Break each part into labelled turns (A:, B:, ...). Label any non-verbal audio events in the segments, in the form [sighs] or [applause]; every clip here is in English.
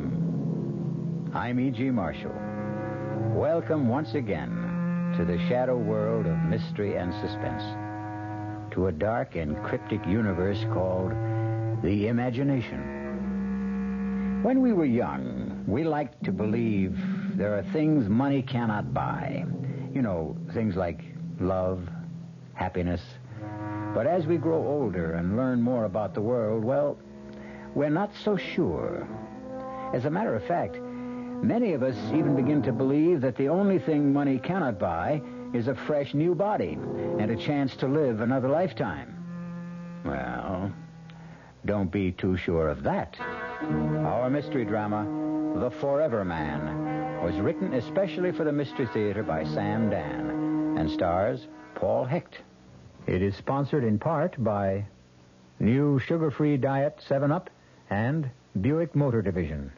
A: Welcome. I'm E.G. Marshall. Welcome once again to the shadow world of mystery and suspense, to a dark and cryptic universe called the imagination. When we were young, we liked to believe there are things money cannot buy. You know, things like love, happiness. But as we grow older and learn more about the world, well, we're not so sure. As a matter of fact, many of us even begin to believe that the only thing money cannot buy is a fresh new body and a chance to live another lifetime. Well, don't be too sure of that. Our mystery drama, The Forever Man, was written especially for the Mystery Theater by Sam Dan and stars Paul Hecht. It is sponsored in part by new sugar-free diet 7-Up, and Buick Motor Division.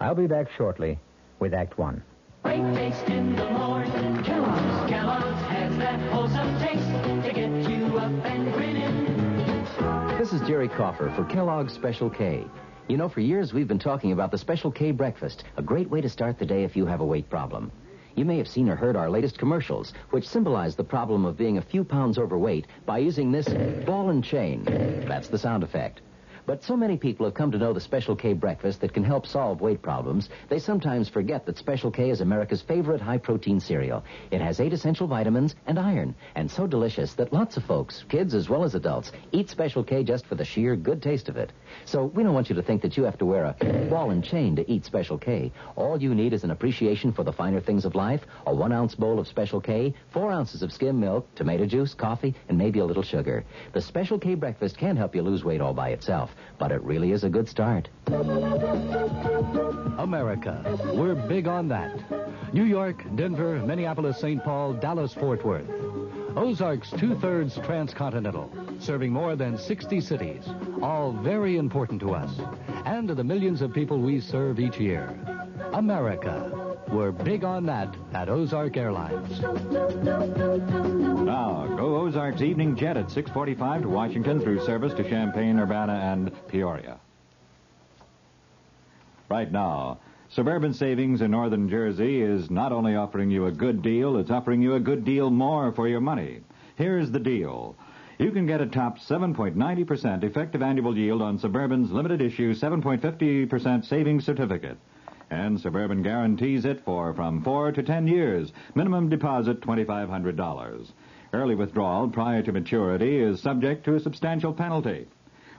A: I'll be back shortly with Act One.
B: Great taste in the morning. Kellogg's. Kellogg's has that wholesome taste to get you up and grinning.
C: This is Jerry Coffer for Kellogg's Special K. You know, for years we've been talking about the Special K breakfast, a great way to start the day if you have a weight problem. You may have seen or heard our latest commercials, which symbolize the problem of being a few pounds overweight by using this ball and chain. That's the sound effect. But so many people have come to know the Special K breakfast that can help solve weight problems, they sometimes forget that Special K is America's favorite high protein cereal. It has eight essential vitamins and iron, and so delicious that lots of folks, kids as well as adults, eat Special K just for the sheer good taste of it. So we don't want you to think that you have to wear a ball and chain to eat Special K. All you need is an appreciation for the finer things of life, a one ounce bowl of Special K, four ounces of skim milk, tomato juice, coffee, and maybe a little sugar. The Special K breakfast can help you lose weight all by itself but it really is a good start.
D: America, we're big on that. New York, Denver, Minneapolis, St. Paul, Dallas, Fort Worth. Ozarks two thirds transcontinental, serving more than 60 cities, all very important to us and to the millions of people we serve each year. America, we're big on that at Ozark Airlines.
E: Now, go Ozarks evening jet at 6:45 to Washington through service to Champaign, Urbana, and Peoria. Right now, Suburban Savings in Northern Jersey is not only offering you a good deal, it's offering you a good deal more for your money. Here's the deal. You can get a top 7.90% effective annual yield on Suburban's limited issue 7.50% savings certificate. And Suburban guarantees it for from 4 to 10 years. Minimum deposit $2,500. Early withdrawal prior to maturity is subject to a substantial penalty.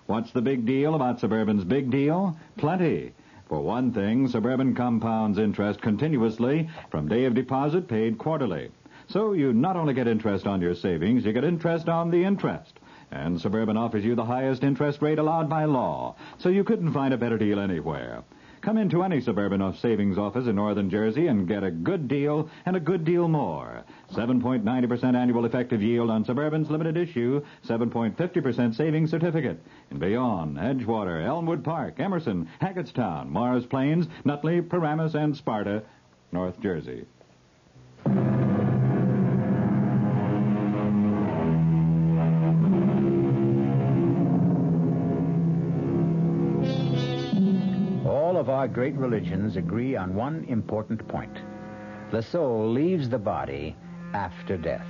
E: What's the big deal about Suburban's big deal? Plenty. For one thing, Suburban compounds interest continuously from day of deposit paid quarterly. So you not only get interest on your savings, you get interest on the interest. And Suburban offers you the highest interest rate allowed by law. So you couldn't find a better deal anywhere. Come into any suburban of savings office in northern Jersey and get a good deal and a good deal more. 7.90% annual effective yield on Suburban's limited issue, 7.50% savings certificate. In Bayonne, Edgewater, Elmwood Park, Emerson, Hackettstown, Mars Plains, Nutley, Paramus, and Sparta, North Jersey.
A: our great religions agree on one important point the soul leaves the body after death.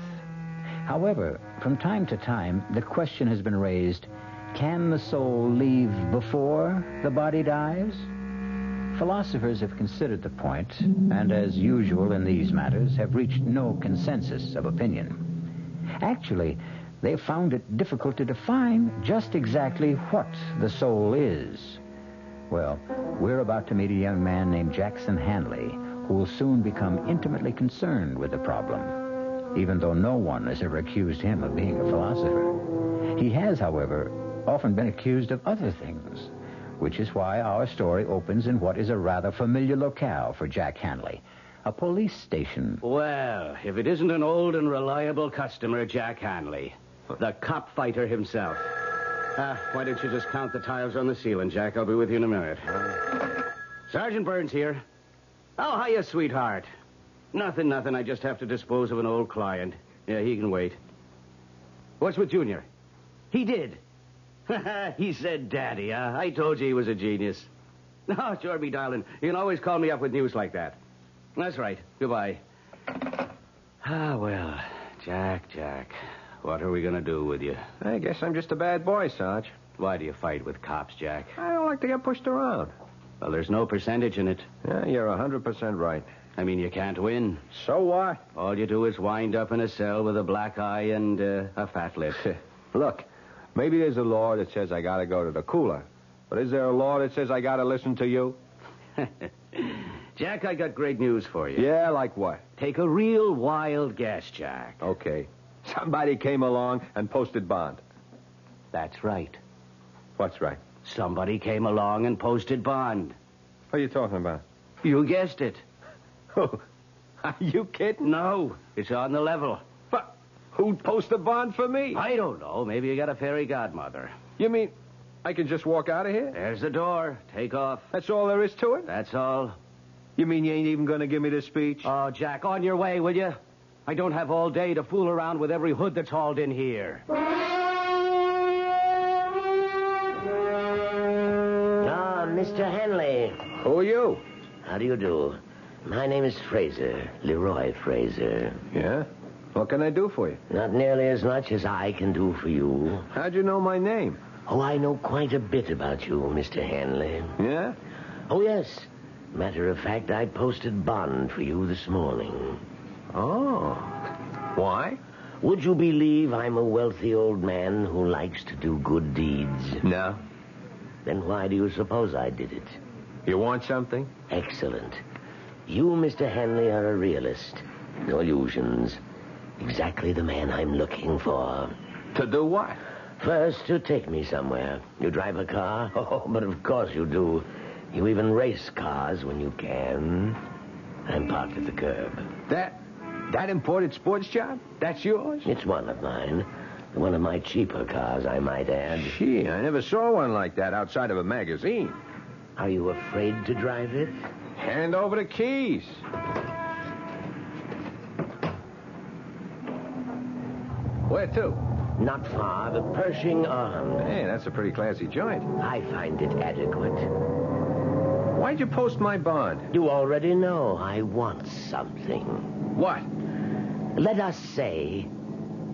A: However, from time to time, the question has been raised can the soul leave before the body dies? Philosophers have considered the point, and as usual in these matters, have reached no consensus of opinion. Actually, they found it difficult to define just exactly what the soul is. Well, we're about to meet a young man named Jackson Hanley who will soon become intimately concerned with the problem, even though no one has ever accused him of being a philosopher. He has, however, often been accused of other things, which is why our story opens in what is a rather familiar locale for Jack Hanley. A police station.
F: Well, if it isn't an old and reliable customer, Jack Hanley, the cop fighter himself. Uh, why don't you just count the tiles on the ceiling, Jack? I'll be with you in a minute. Sergeant Burns here. Oh, hiya, sweetheart. Nothing, nothing. I just have to dispose of an old client. Yeah, he can wait. What's with Junior? [laughs] He did. he said, Daddy. Uh, I told you he was a genius. [laughs] No, sure, me darling. You can always call me up with news like that. That's right. Goodbye. Ah, well, Jack, Jack, what are we going to do with you?
G: I guess I'm just a bad boy, Sarge.
F: Why do you fight with cops, Jack?
G: I don't like to get pushed around.
F: Well, there's no percentage in it.
G: Yeah, you're 100% right.
F: I mean, you can't win.
G: So what?
F: All you do is wind up in a cell with a black eye and uh, a fat lip.
G: [laughs] Look, maybe there's a law that says I gotta go to the cooler, but is there a law that says I gotta listen to you?
F: Jack, I got great news for you.
G: Yeah, like what?
F: Take a real wild guess, Jack.
G: Okay. Somebody came along and posted bond.
F: That's right.
G: What's right?
F: Somebody came along and posted bond.
G: What are you talking about?
F: You guessed
G: [laughs]
F: it.
G: Are you kidding?
F: No, it's on the level.
G: But who'd post a bond for me?
F: I don't know. Maybe you got a fairy godmother.
G: You mean I can just walk out of here?
F: There's the door. Take off.
G: That's all there is to it?
F: That's all.
G: You mean you ain't even gonna give me this speech?
F: Oh, Jack, on your way, will you? I don't have all day to fool around with every hood that's hauled in here.
H: Ah, Mr. Henley.
G: Who are you?
H: How do you do? My name is Fraser, Leroy Fraser.
G: Yeah? What can I do for you?
H: Not nearly as much as I can do for you.
G: How'd you know my name?
H: Oh, I know quite a bit about you, Mr. Hanley.
G: Yeah?
H: Oh, yes. Matter of fact, I posted bond for you this morning.
G: Oh. Why?
H: Would you believe I'm a wealthy old man who likes to do good deeds?
G: No.
H: Then why do you suppose I did it?
G: You want something?
H: Excellent. You, Mr. Hanley, are a realist. No illusions. Exactly the man I'm looking for.
G: To do what?
H: First, you take me somewhere. You drive a car? [laughs] Oh, but of course you do. You even race cars when you can. I'm parked at the curb.
G: That that imported sports job? That's yours?
H: It's one of mine. One of my cheaper cars, I might add.
G: Gee, I never saw one like that outside of a magazine.
H: Are you afraid to drive it?
G: Hand over the keys. Where to?
H: Not far, the Pershing Arms.
G: Hey, that's a pretty classy joint.
H: I find it adequate.
G: Why'd you post my bond?
H: You already know I want something.
G: What?
H: Let us say,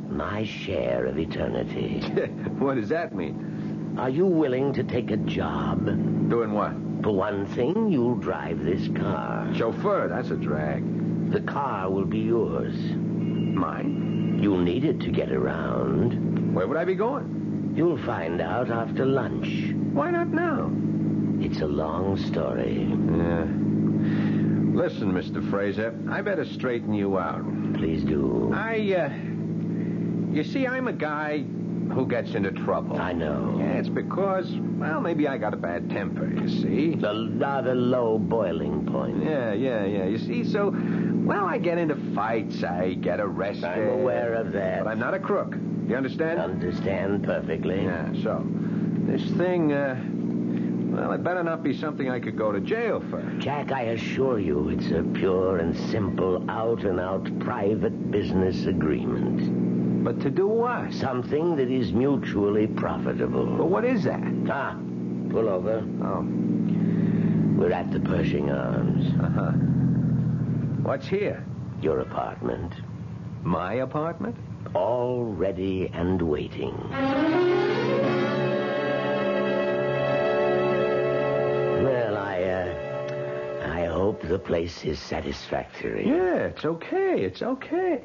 H: my share of eternity.
G: [laughs] what does that mean?
H: Are you willing to take a job?
G: Doing what?
H: For one thing, you'll drive this car.
G: Chauffeur, that's a drag.
H: The car will be yours.
G: Mine?
H: You'll need it to get around.
G: Where would I be going?
H: You'll find out after lunch.
G: Why not now?
H: It's a long story.
G: Yeah. Listen, Mr. Fraser, I better straighten you out.
H: Please do.
G: I, uh. You see, I'm a guy who gets into trouble.
H: I know.
G: Yeah, it's because, well, maybe I got a bad temper, you see.
H: The rather low boiling point.
G: Yeah, yeah, yeah. You see, so, well, I get into fights. I get arrested.
H: I'm aware of that.
G: But I'm not a crook. You understand?
H: Understand perfectly.
G: Yeah, so, this thing, uh, well, it better not be something I could go to jail for.
H: Jack, I assure you, it's a pure and simple out and out private business agreement.
G: But to do what?
H: Something that is mutually
G: Well,
H: profitable.
G: what is that?
H: Ah, pull over.
G: Oh,
H: We're at the Pershing Arms,
G: uh huh. What's here?
H: your apartment.
G: My apartment?
H: All ready and waiting. Well, I, uh, I hope the place is satisfactory.
G: Yeah, it's okay. It's okay.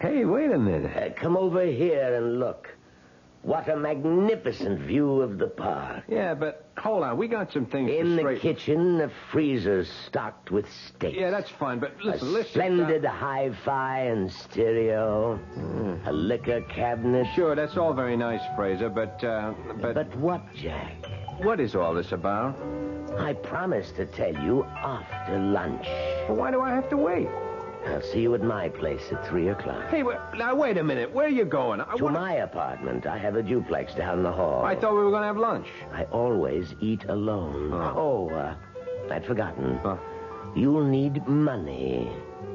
G: Hey, wait a minute.
H: Uh, come over here and look. What a magnificent view of the park.
G: Yeah, but hold on. We got some things
H: In
G: to
H: the
G: straighten.
H: kitchen, a freezer stocked with steaks.
G: Yeah, that's fine. But listen,
H: a
G: listen.
H: splendid
G: uh,
H: hi-fi and stereo, a liquor cabinet.
G: Hmm. Sure, that's all very nice, Fraser. But, uh, but
H: But what, Jack?
G: what is all this about?
H: I promised to tell you after lunch.
G: Why do I have to wait?
H: I'll see you at my place at three o'clock.
G: Hey, wait, now wait a minute. Where are you going? I
H: To
G: wanna-
H: my apartment. I have a duplex down the hall.
G: I thought we were going to have lunch.
H: I always eat alone.
G: Oh.
H: Oh, uh, I'd forgotten.
G: Huh.
H: You'll need money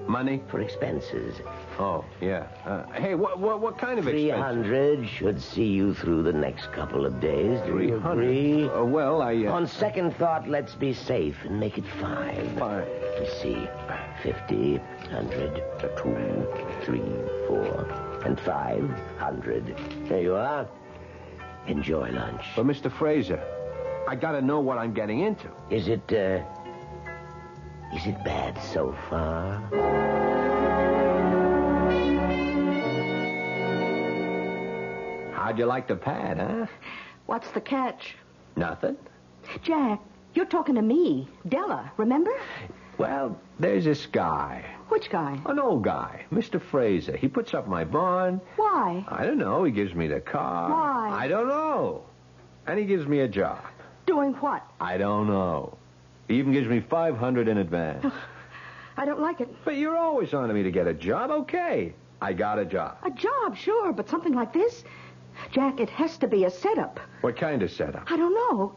G: Money?
H: for expenses.
G: Oh, yeah. Uh, hey, what, what, what kind of
H: Three
G: expense?
H: hundred should see you through the next couple of days. Do you agree?
G: Uh, well, I. Uh,
H: On second thought, let's be safe and make it five.
G: Five.
H: You see, fifty, hundred, two, three, four, and five hundred. There you are. Enjoy lunch.
G: But Mr. Fraser, I gotta know what I'm getting into.
H: Is it, uh, is it bad so far?
G: How'd you like the pad, huh?
I: What's the catch?
G: Nothing.
I: Jack, you're talking to me, Della, remember?
G: Well, there's this guy,
I: Which guy?
G: an old guy, Mr. Fraser. He puts up my barn.
I: Why?
G: I don't know. He gives me the car.
I: Why?
G: I don't know. And he gives me a job.
I: Doing what?
G: I don't know. He even gives me 500 in advance.
I: I don't like it.
G: but you're always on to me to get a job. Okay. I got a job.
I: A job, sure, but something like this? Jack, it has to be a setup.
G: What kind of setup?
I: I don't know.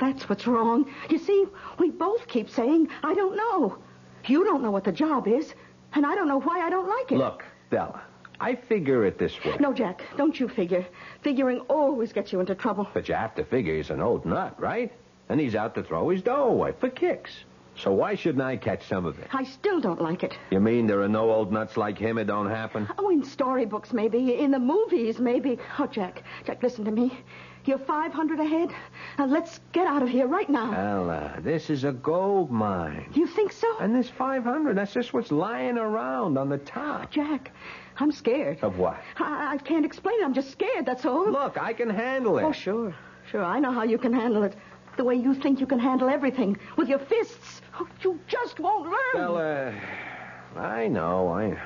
I: That's what's wrong. You see, we both keep saying, I don't know. You don't know what the job is, and I don't know why I don't like it.
G: Look, Della, I figure it this
I: [laughs]
G: way.
I: No, Jack, don't you figure. Figuring always gets you into trouble.
G: But you have to figure he's an old nut, right? And he's out to throw his dough away for kicks. So why shouldn't I catch some of it?
I: I still don't like it.
G: You mean there are no old nuts like him? It don't happen.
I: Oh, in storybooks, maybe. In the movies, maybe. Oh, Jack, Jack, listen to me. You're 500 ahead. Now, let's get out of here right now.
G: Ella, uh, this is a gold mine.
I: you think so?
G: And this 500, that's just what's lying around on the top.
I: Jack, I'm scared.
G: Of what?
I: I, I can't explain it. I'm just scared, that's all.
G: Look, I can handle it.
I: Oh, sure. Sure, I know how you can handle it. The way you think you can handle everything with your fists. Oh, you just won't learn.
G: Ella, uh, I know, I...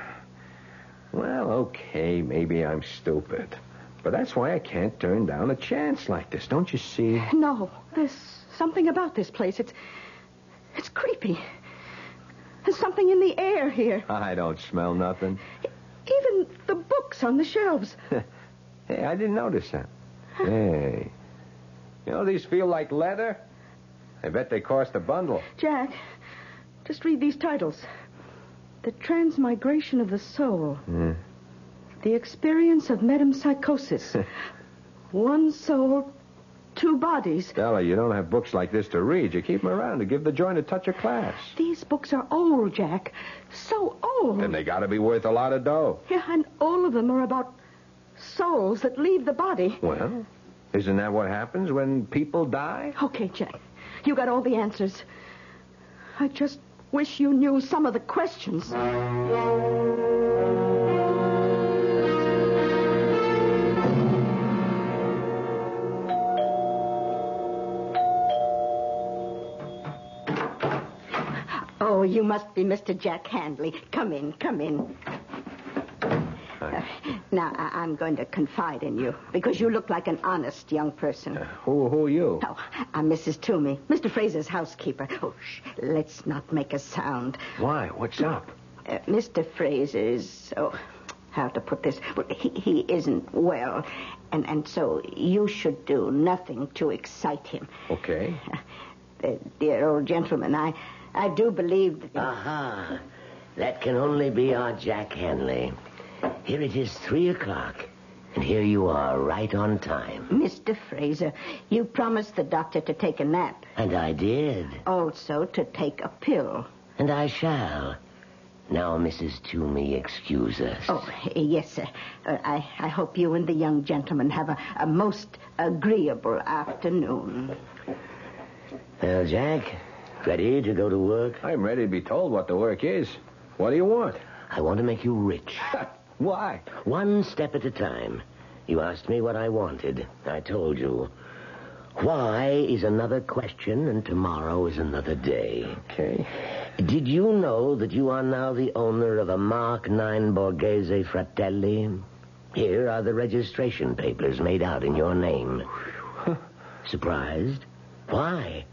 G: Well, okay, maybe I'm stupid. But that's why I can't turn down a chance like this, don't you see?
I: No, there's something about this place. It's it's creepy. There's something in the air here.
G: I don't smell nothing.
I: Even the books on the shelves.
G: [laughs] Hey, I didn't notice that. Hey. You know these feel like leather? I bet they cost a bundle.
I: Jack, just read these titles. The Transmigration of the Soul. The Experience of
G: [laughs]
I: Metempsychosis. One soul, two bodies.
G: Stella, you don't have books like this to read. You keep 'em around to give the joint a touch of class.
I: These books are old, Jack. So old.
G: Then they gotta be worth a lot of dough.
I: Yeah, and all of them are about souls that leave the body.
G: Well, isn't that what happens when people die?
I: Okay, Jack. You got all the answers. I just wish you knew some of the questions. Oh, you must be Mr. Jack Handley. Come in, come in. Now, I- I'm going to confide in you because you look like an honest young person.
G: Uh, Who, who are you?
I: Oh, I'm Mrs. Toomey, Mr. Fraser's housekeeper. Oh, shh, let's not make a sound.
G: Why? What's up?
I: Uh, Mr. Fraser is, oh, how to put this? Well, he, he isn't well, and, and so you should do nothing to excite him.
G: Okay.
I: Uh, dear old gentleman, I, I do believe that...
H: Aha. That can only be our Jack Hanley. Here it is, three o'clock, and here you are, right on time.
I: Mr. Fraser, you promised the doctor to take a nap,
H: And I did,
I: also to take a pill.
H: and I shall. Now, Mrs. Toomey, excuse us.
I: Oh, yes, sir. Uh, I, I hope you and the young gentleman have a, a most agreeable afternoon.
H: Well, Jack, ready to go to work?
G: I'm ready to be told what the work is. What do you want? Uh,
H: I want to make you
G: [laughs]
H: rich.
G: Why?
H: One step at a time. You asked me what I wanted. I told you. Why is another question, and tomorrow is another day.
G: Okay.
H: Did you know that you are now the owner of a Mark Nine Borghese Fratelli? Here are the registration papers made out in your name. Surprised? Why?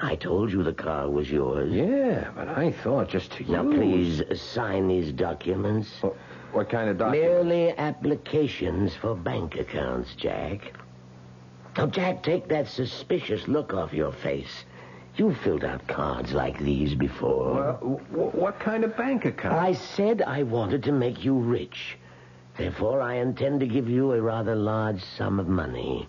H: I told you the car was yours.
G: Yeah, but I thought just to
H: Now,
G: use-
H: please sign these documents.
G: What, what kind of document?
H: Merely applications for bank accounts, Jack. Now, Jack, take that suspicious look off your face. You filled out cards like these before.
G: Well, w- what kind of bank account?
H: I said I wanted to make you rich. Therefore, I intend to give you a rather large sum of money.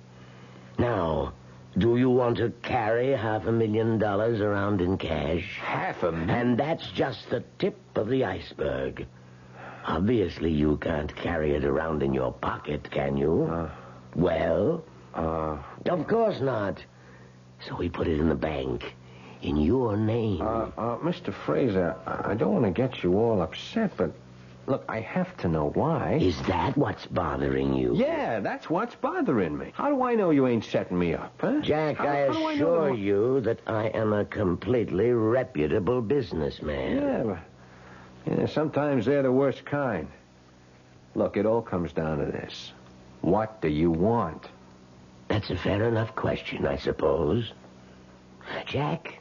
H: Now, do you want to carry half a million dollars around in cash?
G: Half a million?
H: And that's just the tip of the iceberg. Obviously, you can't carry it around in your pocket, can you? well?
G: Uh,
H: Of course not. So we put it in the bank. In your name.
G: Uh, uh, Mr. Fraser, I I don't want to get you all upset, but look, I have to know why.
H: Is that what's bothering you?
G: Yeah, that's what's bothering me. How do I know you ain't setting me up, huh?
H: Jack,
G: How-
H: I
G: how do know
H: assure
G: the-
H: you that I am a completely reputable businessman.
G: Yeah, but, yeah, sometimes they're the worst kind. Look, it all comes down to this. What do you want?
H: That's a fair enough question, I suppose. Jack,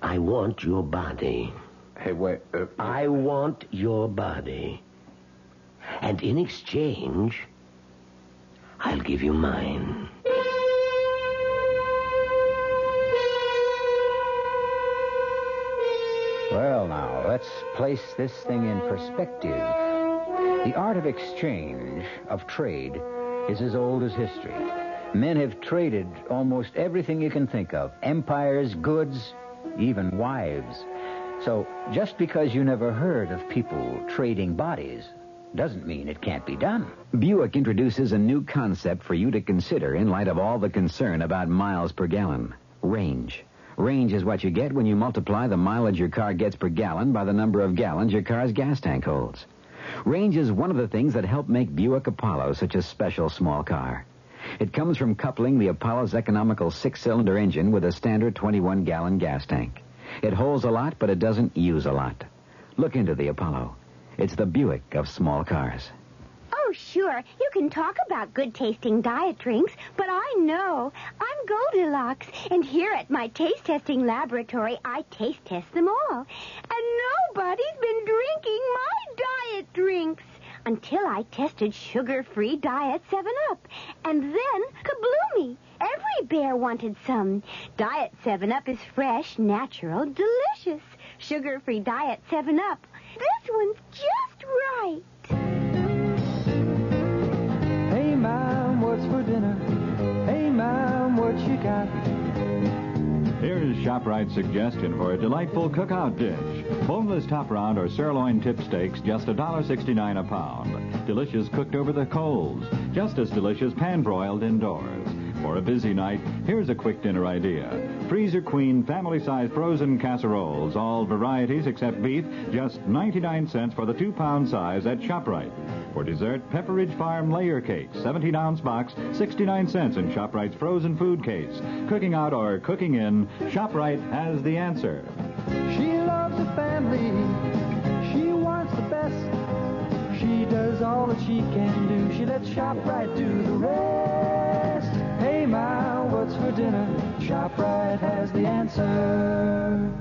H: I want your body.
G: Hey, wait. Uh,
H: I want your body. And in exchange, I'll give you mine.
A: Well, now, let's place this thing in perspective. The art of exchange, of trade, is as old as history. Men have traded almost everything you can think of empires, goods, even wives. So just because you never heard of people trading bodies doesn't mean it can't be done.
J: Buick introduces a new concept for you to consider in light of all the concern about miles per gallon range. Range is what you get when you multiply the mileage your car gets per gallon by the number of gallons your car's gas tank holds. Range is one of the things that help make Buick Apollo such a special small car. It comes from coupling the Apollo's economical six cylinder engine with a standard 21 gallon gas tank. It holds a lot, but it doesn't use a lot. Look into the Apollo. It's the Buick of small cars.
K: Oh, sure. You can talk about good tasting diet drinks, but I know. I'm Goldilocks, and here at my taste testing laboratory, I taste test them all. And nobody's been drinking my diet drinks until I tested sugar free diet 7 Up. And then, kabloomy! Every bear wanted some. Diet 7 Up is fresh, natural, delicious. Sugar free diet 7 Up. This one's just right.
B: Hey, Mom, what's for dinner? Hey, Mom, what you got?
E: Here is ShopRite's suggestion for a delightful cookout dish. Boneless top round or sirloin tip steaks, just $1.69 a pound. Delicious cooked over the coals. Just as delicious pan broiled indoors. For a busy night, here's a quick dinner idea. Freezer Queen family size frozen casseroles, all varieties except beef, just 99 cents for the two pound size at ShopRite. For dessert, Pepperidge Farm layer cakes, 17 ounce box, 69 cents in ShopRite's frozen food case. Cooking out or cooking in, ShopRite has the answer.
B: She loves the family. She wants the best. She does all that she can do. She lets ShopRite do the rest. Hey, Ma, what's for dinner? ShopRite has the answer.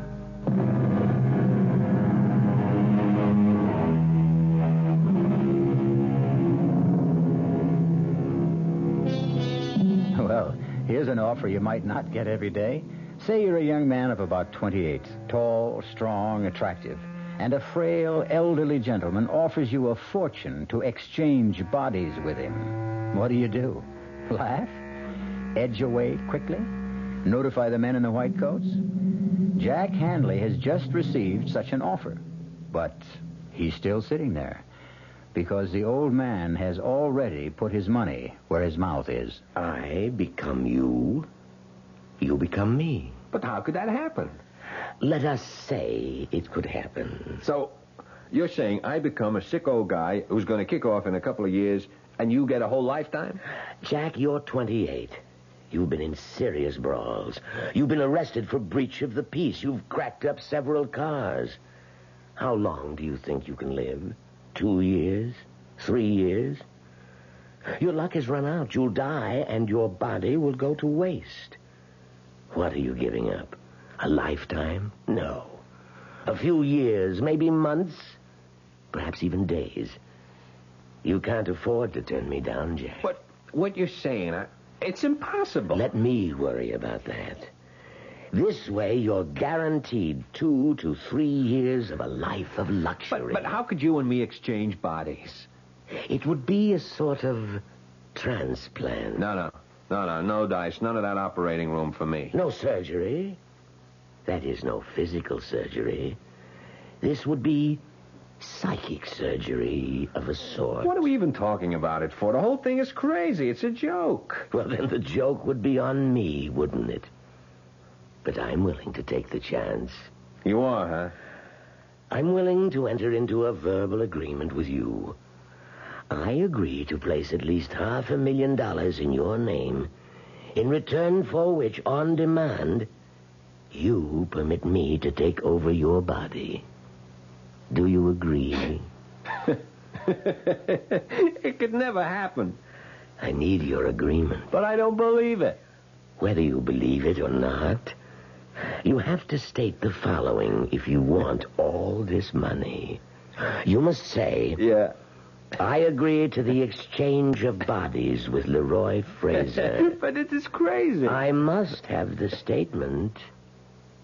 A: Well, here's an offer you might not get every day. Say you're a young man of about 28, tall, strong, attractive, and a frail, elderly gentleman offers you a fortune to exchange bodies with him. What do you do? Laugh? Edge away quickly? Notify the men in the white coats? Jack Handley has just received such an offer, but he's still sitting there because the old man has already put his money where his mouth is.
H: I become you. You become me.
G: But how could that happen?
H: Let us say it could happen.
G: So, you're saying I become a sick old guy who's going to kick off in a couple of years, and you get a whole lifetime?
H: Jack, you're 28. You've been in serious brawls. You've been arrested for breach of the peace. You've cracked up several cars. How long do you think you can live? Two years? Three years? Your luck has run out. You'll die, and your body will go to waste. What are you giving up? A lifetime? No. A few years, maybe months, perhaps even days. You can't afford to turn me down, Jack.
G: But what you're saying, I, it's impossible.
H: Let me worry about that. This way, you're guaranteed two to three years of a life of luxury. But,
L: how could you and me exchange bodies?
H: It would be a sort of transplant.
G: No, no. No, no, no dice. None of that operating room for me.
H: No surgery. That is no physical surgery. This would be psychic surgery of a sort.
G: What are we even talking about it for? The whole thing is crazy. It's a joke.
H: Well, then the joke would be on me, wouldn't it? But I'm willing to take the chance.
G: You are, huh?
H: I'm willing to enter into a verbal agreement with you. I agree to place at least half a million dollars in your name, in return for which, on demand, you permit me to take over your body. Do you agree?
G: it could never happen.
H: I need your agreement.
G: But I don't believe it.
H: Whether you believe it or not, you have to state the following if you want all this money. You must say.
G: Yeah.
H: I agree to the exchange of bodies with Leroy
G: [laughs]
H: Fraser.
G: [laughs] but it is crazy.
H: I must have the statement,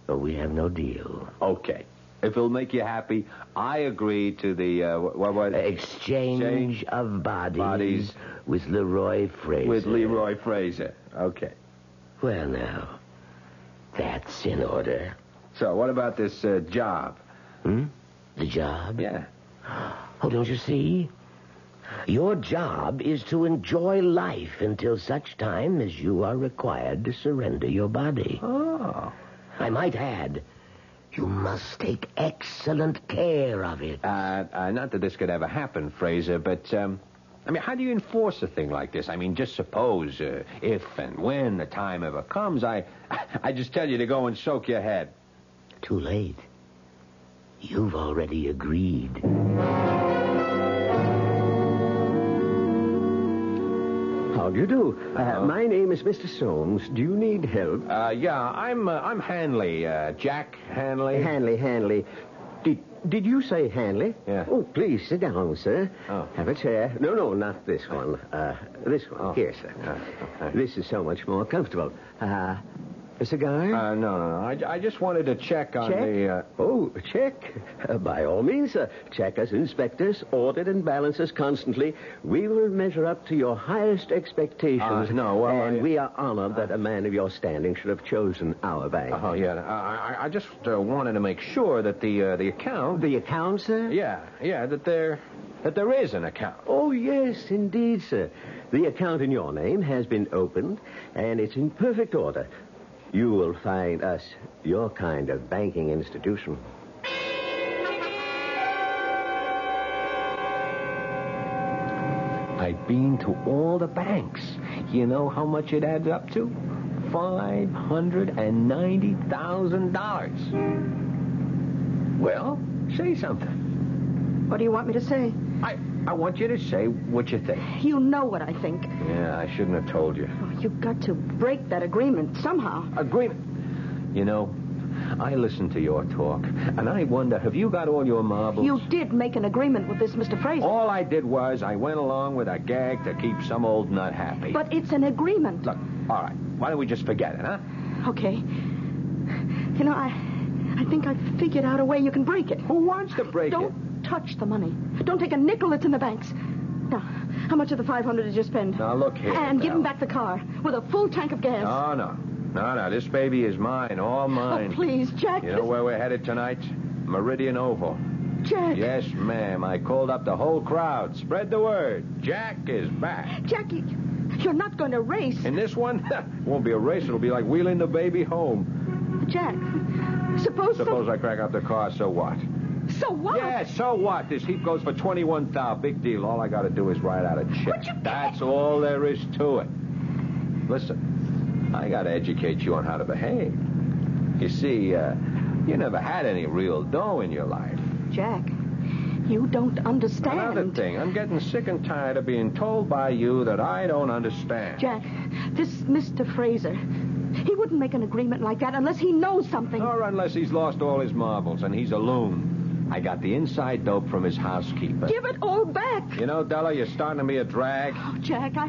H: or we have no deal.
G: Okay. If it'll make you happy, I agree to the uh, what was
H: exchange, exchange of bodies,
G: bodies
H: with Leroy Fraser.
G: With Leroy Fraser. Okay.
H: Well, now, that's in order.
G: So, what about this uh, job?
H: Hmm? The job?
G: Yeah.
H: Oh, don't you see? Your job is to enjoy life until such time as you are required to surrender your body.
G: Oh.
H: I might add, you must take excellent care of it.
G: Uh, uh, not that this could ever happen, Fraser, but, um, I mean, how do you enforce a thing like this? I mean, just suppose uh, if and when the time ever comes, I, [laughs] I just tell you to go and soak your head.
H: Too late. You've already agreed.
L: How do you do? Uh, my name is Mr. Soames. Do you need help?
G: Uh, yeah, I'm, uh, I'm Hanley, uh, Jack Hanley.
L: Hanley, Hanley. Did, did you say Hanley?
G: Yeah.
L: Oh, please sit down, sir.
G: Oh.
L: Have a chair. No, no, not this one. Uh, this one.
G: Oh.
L: Here, sir.
G: Uh, okay.
L: This is so much more comfortable. Uh, a cigar?
G: Uh, no, no, no. I, I just wanted to check on
L: check?
G: the. Uh...
L: Oh, check. Uh, by all means, uh, check us, inspectors, audit and balance us constantly. We will measure up to your highest expectations.
G: Uh, no, well,
L: and
G: I-
L: we are honored that a man of your standing should have chosen our bank.
G: Oh yeah, I, I- I just uh, wanted to make sure that the uh, the account.
L: The account, sir?
G: Yeah, yeah, that there that there is an account.
L: Oh, yes, indeed, sir. The account in your name has been opened, and it's in perfect order. You will find us your kind of banking institution.
G: I've been to all the banks. You know how much it adds up to? Five hundred and ninety thousand dollars. Well, say something.
I: What do you want me to say?
G: I I want you to say what you think.
I: You know what I think.
G: Yeah, I shouldn't have told you.
I: Oh, you've got to break that agreement somehow.
G: Agreement. You know, I listen to your talk, and I wonder, have you got all your marbles?
I: You did make an agreement with this Mr. Fraser.
G: All I did was I went along with a gag to keep some old nut happy.
I: But it's an agreement.
G: Look, all right. Why don't we just forget it, huh?
I: Okay. You know, I I think I figured out a way you can break it.
G: Who wants to break
I: Don't
G: it?
I: touch the money. Don't take a nickel that's in the banks. Now, how much of the 500 did you spend?
G: Now, look here,
I: And give
G: Val.
I: him back the car with a full tank of gas.
G: No, no. No, no. This baby is mine, all mine.
I: Oh, please, Jack.
G: You know where we're headed tonight? Meridian Oval.
I: Jack.
G: Yes, ma'am. I called up the whole crowd. Spread the word. Jack is back.
I: Jackie, you're not going to race.
G: And this one [laughs] won't be a race. It'll be like wheeling the baby home.
I: Jack, suppose...
G: Suppose I crack up the car, so what?
I: So, so what?
G: Yeah, so what? This heap goes for 21 thou. Big deal. All I got to do is write out a check.
I: But you can't-
G: That's all there is to it. Listen, I got to educate you on how to behave. You see, uh, you never had any real dough in your life.
I: Jack, you don't understand.
G: Another thing, I'm getting sick and tired of being told by you that I don't understand.
I: Jack, this Mr. Fraser, he wouldn't make an agreement like that unless he knows something.
G: Or unless he's lost all his marbles and he's a loon. I got the inside dope from his housekeeper.
I: Give it all back.
G: You know, Della, you're starting to be a drag.
I: Oh, Jack, I,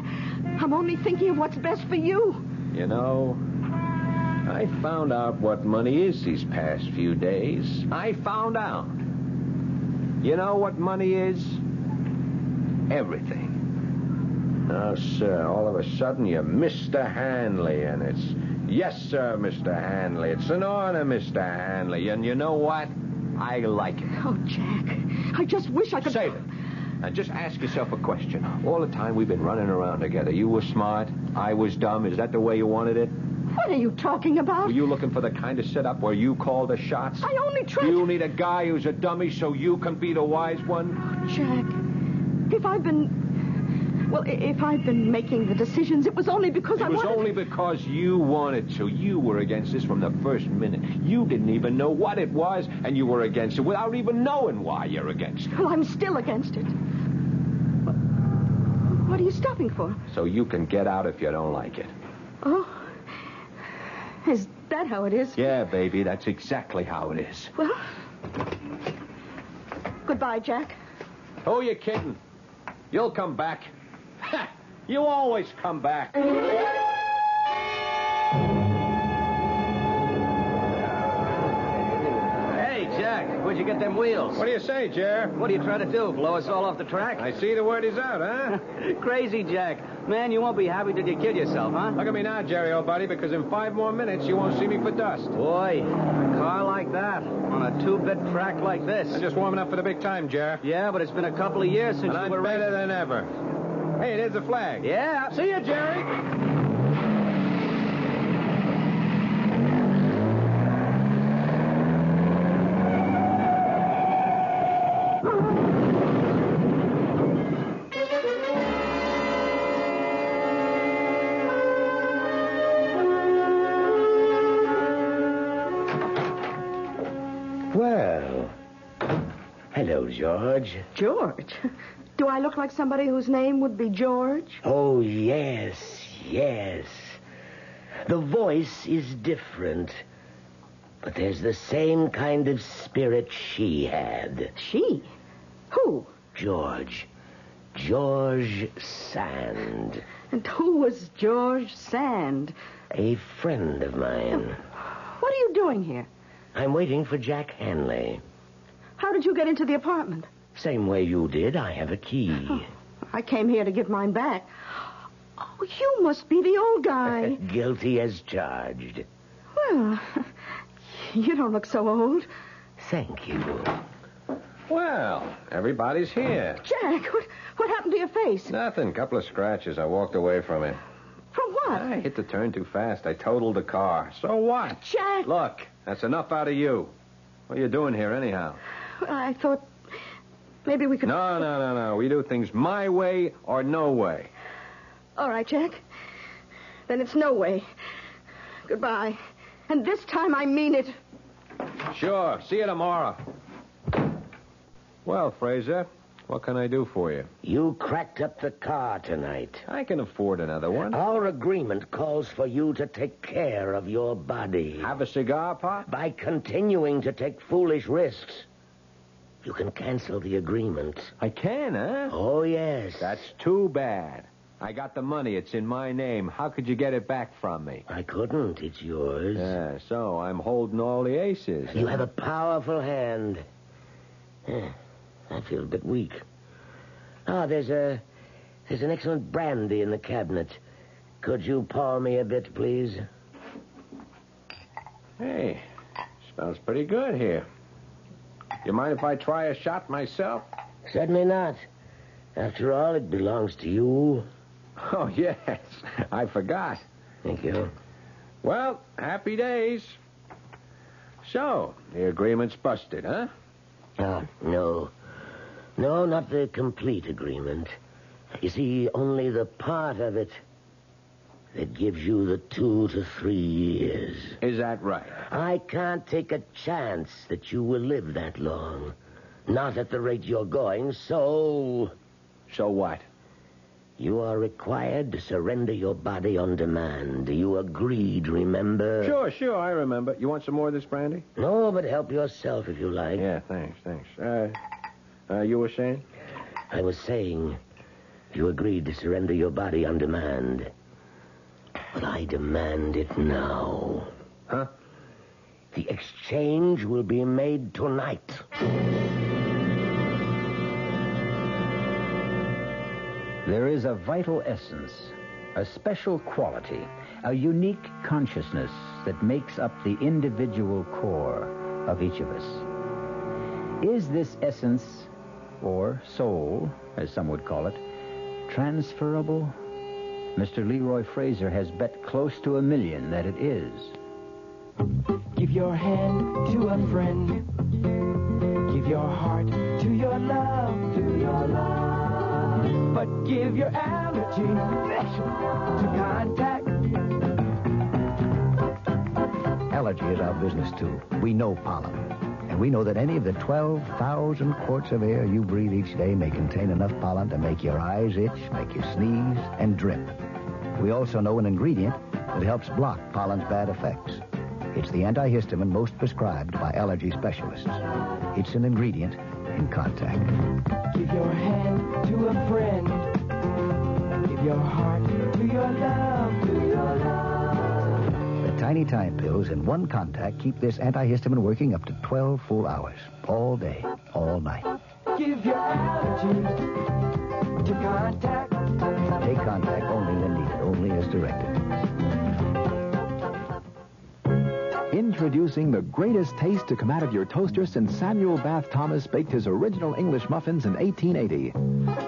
I: I'm only thinking of what's best for you.
G: You know, I found out what money is these past few days. I found out. You know what money is? Everything. Oh, sir, all of a sudden you're Mr. Hanley, and it's, yes, sir, Mr. Hanley. It's an honor, Mr. Hanley. And you know what? I like it.
I: Oh, Jack. I just wish I could.
G: Save it. Now, just ask yourself a question. All the time we've been running around together, you were smart, I was dumb. Is that the way you wanted it?
I: What are you talking about?
G: Were you looking for the kind of setup where you call the shots?
I: I only tried.
G: You need a guy who's a dummy so you can be the wise one?
I: Jack, if I've been. Well, i- if I've been making the decisions, it was only because I
G: It was
I: wanted.
G: only because you wanted to. You were against this from the first minute. You didn't even know what it was, and you were against it without even knowing why you're against it.
I: Well, Oh, I'm still against it. What- What are you stopping for?
G: So you can get out if you don't like it.
I: Oh. Is that how it is?
G: Yeah, baby, that's exactly how it is.
I: Well. Goodbye, Jack.
G: Oh, you're kidding. You'll come back. [laughs] you always come back.
F: Hey, Jack, where'd you get them wheels? What
G: do you say, Jer?
F: What are you trying to do? Blow us all off the track? I
G: see the word is out, huh?
F: [laughs] Crazy, Jack. Man, you won't be happy till you kill yourself, huh?
G: Look at me now, Jerry, old buddy, because in five more minutes you won't see me for dust.
F: Boy, a car like that on a two-bit track like this. I'm
G: just warming up for the big time, Jer.
F: Yeah, but it's been a couple of years since
G: And
F: you
G: I'm
F: were
G: better than ever. Hey, there's the flag.
F: Yeah, see you, Jerry.
H: Well, hello, George.
I: George? Do I look like somebody whose name would be George?
H: Oh, yes, yes. The voice is different, but there's the same kind of spirit she had.
I: She? Who?
H: George. George Sand.
I: And who was George Sand?
H: A friend of mine.
I: What are you doing here?
H: I'm waiting for Jack Hanley.
I: How did you get into the apartment?
H: Same way you did, I have a key.
I: I came here to give mine back. Oh, you must be the old guy.
H: Guilty as charged.
I: well, you don't look so old.
H: Thank you.
G: Well, everybody's here.
I: Jack, what, what happened to your face?
G: Nothing. Couple of scratches. I walked away from it.
I: From what?
G: I hit the turn too fast. I totaled the car. So what?
I: Jack!
G: Look, that's enough out of you. What are you doing here, anyhow?
I: I thought maybe we could.
G: No, no, no, no. We do things my way or no way.
I: All right, Jack. Then it's no way. Goodbye. And this time I
G: [sighs]
I: mean it.
G: Sure. See you tomorrow. Well, Fraser, what can I do for you?
H: You cracked up the car tonight.
G: I can afford another one.
H: Our agreement calls for you to take care of your body.
G: Have a cigar, Pop?
H: By continuing to take foolish risks, you can cancel the agreement.
G: I can, huh?
H: Oh, yes.
G: That's too bad. I got the money. It's in my name. How could you get it back from me?
H: I couldn't. It's yours.
G: Yeah, so I'm holding all the aces.
H: You have a powerful hand. Eh, I feel a bit weak. Ah, there's a there's an excellent brandy in the cabinet. Could you pour me a bit, please?
G: Hey, smells pretty good here. You mind if I try a shot myself?
H: Certainly not. After all, it belongs to you.
G: [laughs] Oh, yes. I forgot.
H: Thank you.
G: Well, happy days. So, the agreement's busted, huh?
H: Ah, no. No, not the complete agreement. You see, only the part of it that gives you the two to three years.
G: Is that right?
H: I can't take a chance that you will live that long. Not at the rate you're going, so.
G: So what?
H: You are required to surrender your body on demand. You agreed, remember?
G: Sure, sure, I remember. You want some more of this brandy?
H: No, but help yourself if you like.
G: Yeah, thanks, thanks. Uh, uh, you were saying?
H: I was saying, you agreed to surrender your body on demand. Well, I demand it now. Huh? The exchange will be made tonight.
A: There is a vital essence, a special quality, a unique consciousness that makes up the individual core of each of us. Is this essence, or soul, as some would call it, transferable? Mr. Leroy Fraser has bet close to a million that it is.
B: Give your hand to a friend. Give your heart to your love, to your love. But give your allergy to contact.
M: Allergy is our business, too. We know pollen. And we know that any of the 12,000 quarts of air you breathe each day may contain enough pollen to make your eyes itch, make you sneeze, and drip. We also know an ingredient that helps block pollen's bad effects. It's the antihistamine most prescribed by allergy specialists. It's an ingredient in contact.
B: Give your hand to a friend. Give your heart to your love, to your love.
M: The tiny time pills in one contact keep this antihistamine working up to 12 full hours, all day, all night.
B: Give your allergy to contact.
M: Take contact only when needed, only as directed.
N: Introducing the greatest taste to come out of your toaster since Samuel Bath Thomas baked his original English muffins in 1880.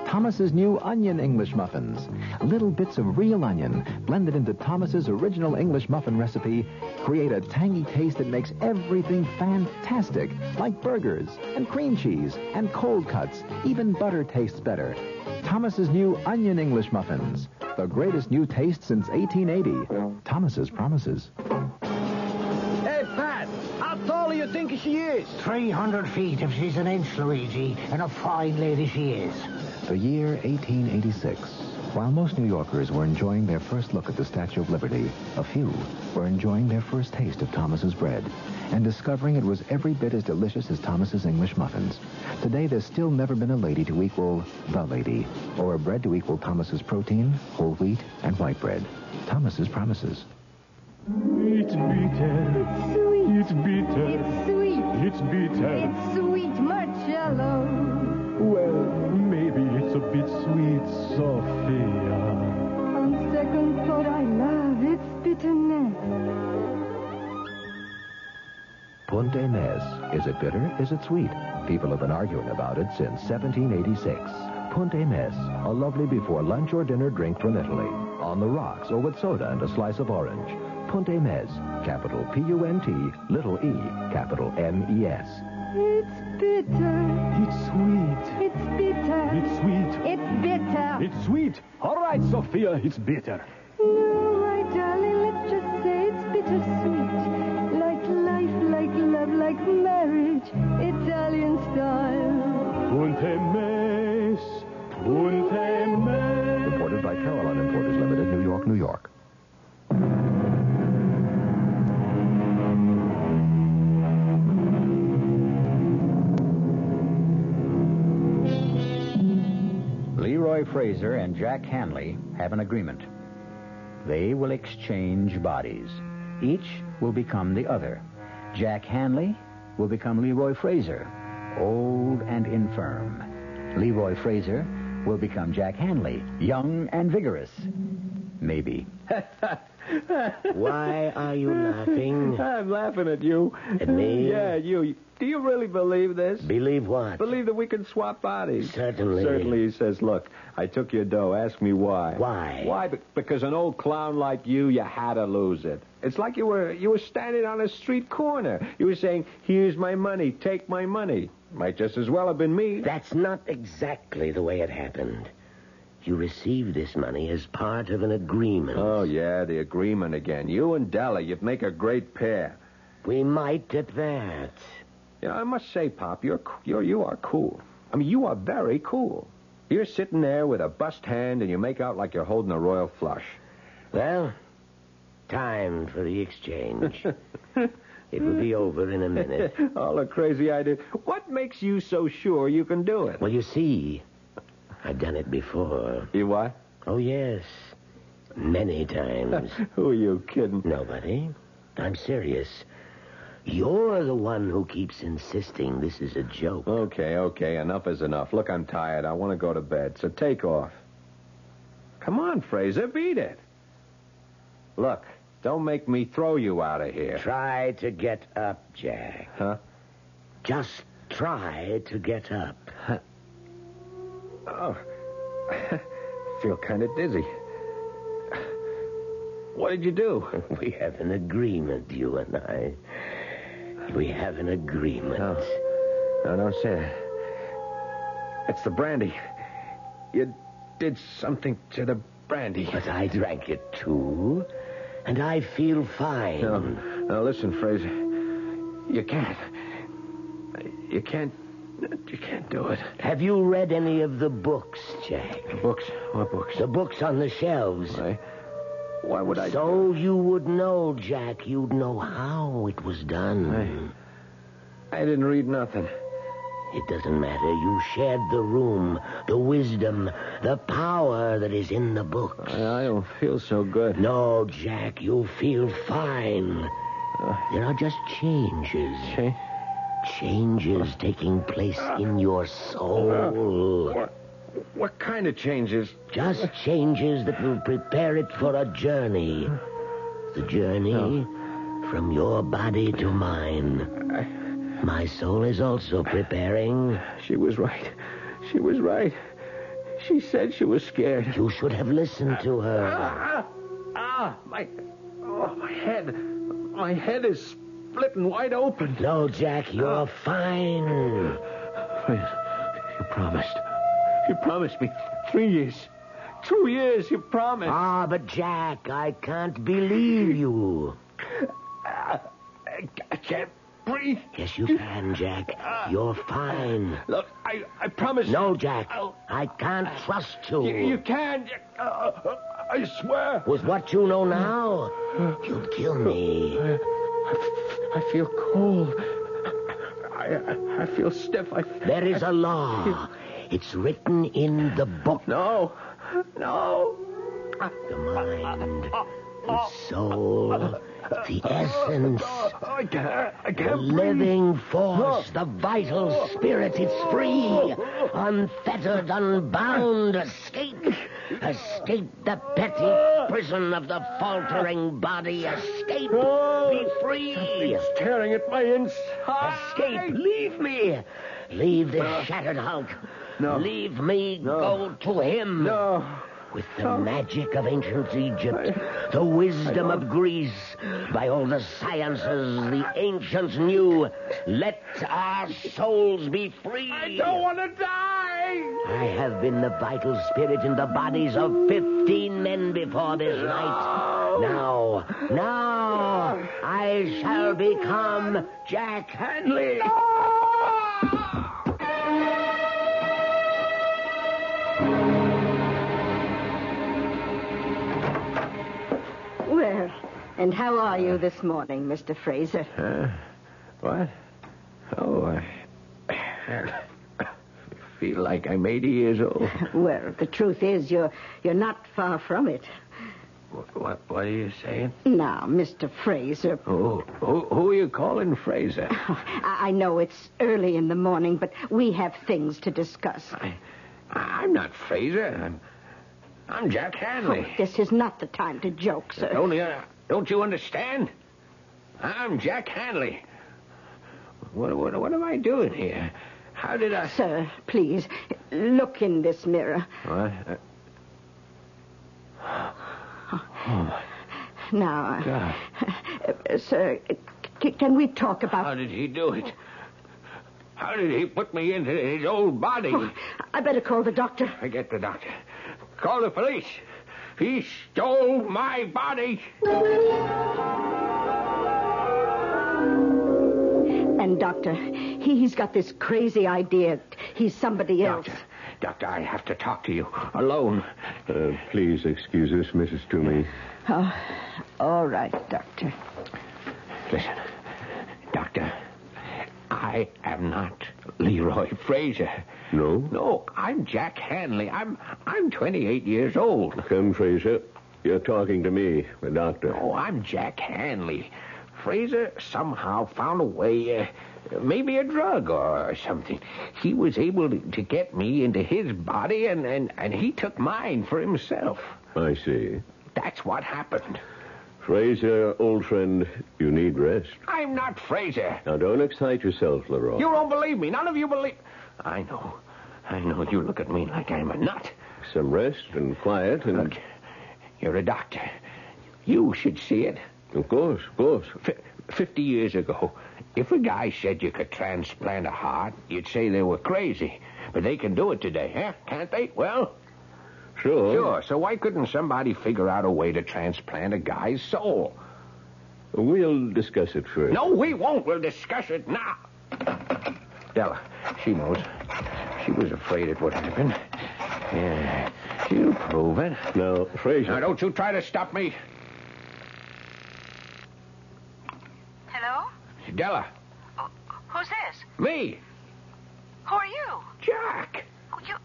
N: Thomas's new onion English muffins. Little bits of real onion blended into Thomas's original English muffin recipe create a tangy taste that makes everything fantastic, like burgers and cream cheese and cold cuts. Even butter tastes better. Thomas's new onion English muffins. The greatest new taste since 1880. Thomas's promises.
O: Hey, Pat, how tall do you think she is?
P: 300 feet if she's an inch, Luigi, and a fine lady she is.
N: The year 1886. While most New Yorkers were enjoying their first look at the Statue of Liberty, a few were enjoying their first taste of Thomas's bread and discovering it was every bit as delicious as Thomas's English muffins. Today, there's still never been a lady to equal the lady, or a bread to equal Thomas's protein, whole wheat, and white bread. Thomas's promises.
B: It's bitter. Sweet. It's bitter. It's sweet.
Q: It's bitter.
B: It's
Q: sweet Marcello.
B: Well, maybe it's a bit sweet, Sophia.
Q: On second thought, I love its bitterness.
M: Punta Inez. Is it bitter? Is it sweet? People have been arguing about it since 1786. Punta Inez, a lovely before lunch or dinner drink from Italy. On the rocks or with soda and a slice of orange. Punta Inez, capital P-U-N-T, little e, capital E M-E-S.
Q: It's bitter. It's sweet. It's bitter.
B: It's sweet.
Q: It's bitter.
B: It's sweet. All right, Sophia, it's bitter.
Q: No, my darling, let's just say it's bittersweet. Like life, like love, like marriage, Italian style.
B: Punta Mes. Punta Mes.
M: Reported by Carolina Importers Limited, New York, New York.
A: Leroy Fraser and Jack Hanley have an agreement. They will exchange bodies. Each will become the other. Jack Hanley will become Leroy Fraser, old and infirm. Leroy Fraser will become Jack Hanley, young and vigorous. [laughs] Maybe.
H: Why are you
O: [laughs]
H: laughing?
O: I'm laughing at you.
H: At me?
O: Yeah, you. Do you really believe this?
H: Believe what?
O: Believe that we can swap bodies.
H: Certainly.
O: Certainly, he says, look, I took your dough. Ask me why.
H: Why?
O: Why? Be- because an old clown like you, you had to lose it. It's like you were you were standing on a street corner. You were saying, here's my money, take my money. Might just as well have been me.
H: That's not exactly the way it happened. You received this money as part of an agreement.
G: Oh, yeah, the agreement again. You and Della, you'd make a great pair.
H: We might at that.
G: You know, I must say, Pop, you're, c- you're you are cool. I mean, you are very cool. You're sitting there with a bust hand, and you make out like you're holding a royal flush.
H: Well, time for the
G: [laughs]
H: exchange. it will be over in a minute.
O: All the crazy idea. What makes you so sure you can do it?
H: Well, you see, I've done it before.
O: You what?
H: Oh, yes. Many times.
O: [laughs] Who are you kidding?
H: Nobody. I'm serious. You're the one who keeps insisting this is a joke.
G: Okay, okay, enough is enough. Look, I'm tired. I want to go to bed, so take off. Come on, Fraser, beat it. Look, don't make me throw you out of here.
H: Try to get up, Jack.
G: Huh?
H: Just try to get up.
G: Oh. [laughs] Feel kind of dizzy. What did you do?
H: [laughs] We have an agreement, you and I. We have an agreement.
G: Oh. No, don't say that. It's the brandy. You did something to the brandy.
H: But I drank it too, and I feel fine.
G: No, no, listen, Fraser. You can't. You can't. You can't do it.
H: Have you read any of the books, Jack?
G: Books? What books?
H: The books on the shelves.
G: Why? Why would I?
H: So you would know, Jack. You'd know how it was done.
G: I didn't read nothing.
H: It doesn't matter. You shared the room, the wisdom, the power that is in the books.
G: I don't feel so good.
H: No, Jack, you feel fine. There are just changes. Changes taking place in your soul.
G: What kind of changes?
H: Just changes that will prepare it for a journey. The journey
G: Oh.
H: from your body to mine. My soul is also preparing.
G: She was right. She was right. She said she was scared.
H: You should have listened to her.
G: Ah, ah, my, oh, my head. My head is splitting wide open. Ah.
H: No, Jack, you're fine.
G: You promised. You promised me three years. Two years, you promised.
H: Ah, but Jack, I can't believe you.
G: I, I can't breathe.
H: Yes, you can, Jack. You're fine.
G: Look, I, I promise.
H: No, Jack. I can't trust you.
G: You, you can't. Uh, uh, I swear.
H: With what you know now, you'll kill me.
G: I feel cold. I, I, I feel stiff. I,
H: There is a law. It's written in the book.
G: No. No.
H: The mind, the soul, the essence,
G: Oh, I can't. I
H: the
G: can't breathe.
H: living force, the vital spirit. It's free, unfettered, unbound. Escape. Escape the petty prison of the faltering body. Escape. Be free.
G: It's tearing at my inside.
H: Escape! Leave me! Leave this shattered hulk.
G: No.
H: Leave me go to him.
G: No.
H: With the magic of ancient Egypt, the wisdom of Greece, by all the sciences the ancients knew, let our souls be free.
G: I don't want to die.
H: I have been the vital spirit in the bodies of 15 men before this night. Now, now, I shall become Jack Handley.
R: Well, and how are you this morning, Mr. Fraser?
G: What? Oh, I feel like I'm 80 years old.
R: Well, the truth is, you're you're not far from it.
G: What, what are you saying?
R: Now, Mr. Fraser,
G: Who, who, who are you
H: [laughs]
G: calling Fraser?
R: I, I know it's early in the morning, but we have things to discuss.
G: I'm not Fraser. I'm, I'm Jack Hanley.
R: Oh, This is not the time to joke, sir.
G: Don't you, uh, don't you understand? I'm Jack Hanley. What, what, what am I doing here? How did I...
R: Sir, please, look in this mirror.
G: What?
R: Now, uh, sir, c- can we talk about.
G: How did he do it? How did he put me into his old body?
R: I better call the doctor.
G: Forget the doctor. Call the police. He stole my body.
R: And, Doctor, he, he's got this crazy idea. He's somebody else.
G: Doctor, doctor, I have to talk to you alone.
S: Uh, please excuse us, Mrs. Toomey.
I: Oh,
R: All right, Doctor.
G: Listen, doctor, I am not Leroy Fraser.
S: No?
G: No, I'm Jack Hanley. I'm I'm 28 years old.
S: Come, Fraser. You're talking to me, the doctor.
G: Oh, I'm Jack Hanley. Fraser somehow found a way, uh, maybe a drug or something. He was able to, to get me into his body, and, and, and he took mine for himself.
T: I see.
G: That's what happened.
T: Fraser, old friend, you need rest.
G: I'm not Fraser.
T: Now, don't excite yourself, Leroy.
G: You don't believe me. None of you believe. I know. I know you look at me like I'm a nut.
T: Some rest and quiet and.
G: Look, you're a doctor. You should see it.
T: Of course, of course.
G: F- Fifty years ago, if a guy said you could transplant a heart, you'd say they were crazy. But they can do it today, huh? Can't they? Well,
T: Sure.
G: sure. So why couldn't somebody figure out a way to transplant a guy's soul?
T: We'll discuss it first.
G: No, we won't. We'll discuss it now. Della, she knows. She was afraid it would happen. Yeah, she'll prove it.
T: No, Fraser.
G: Now, don't you try to stop me.
B: Hello?
G: Della,
B: Who's this?
G: me.
B: Who are you?
G: Jack.
B: Oh, you,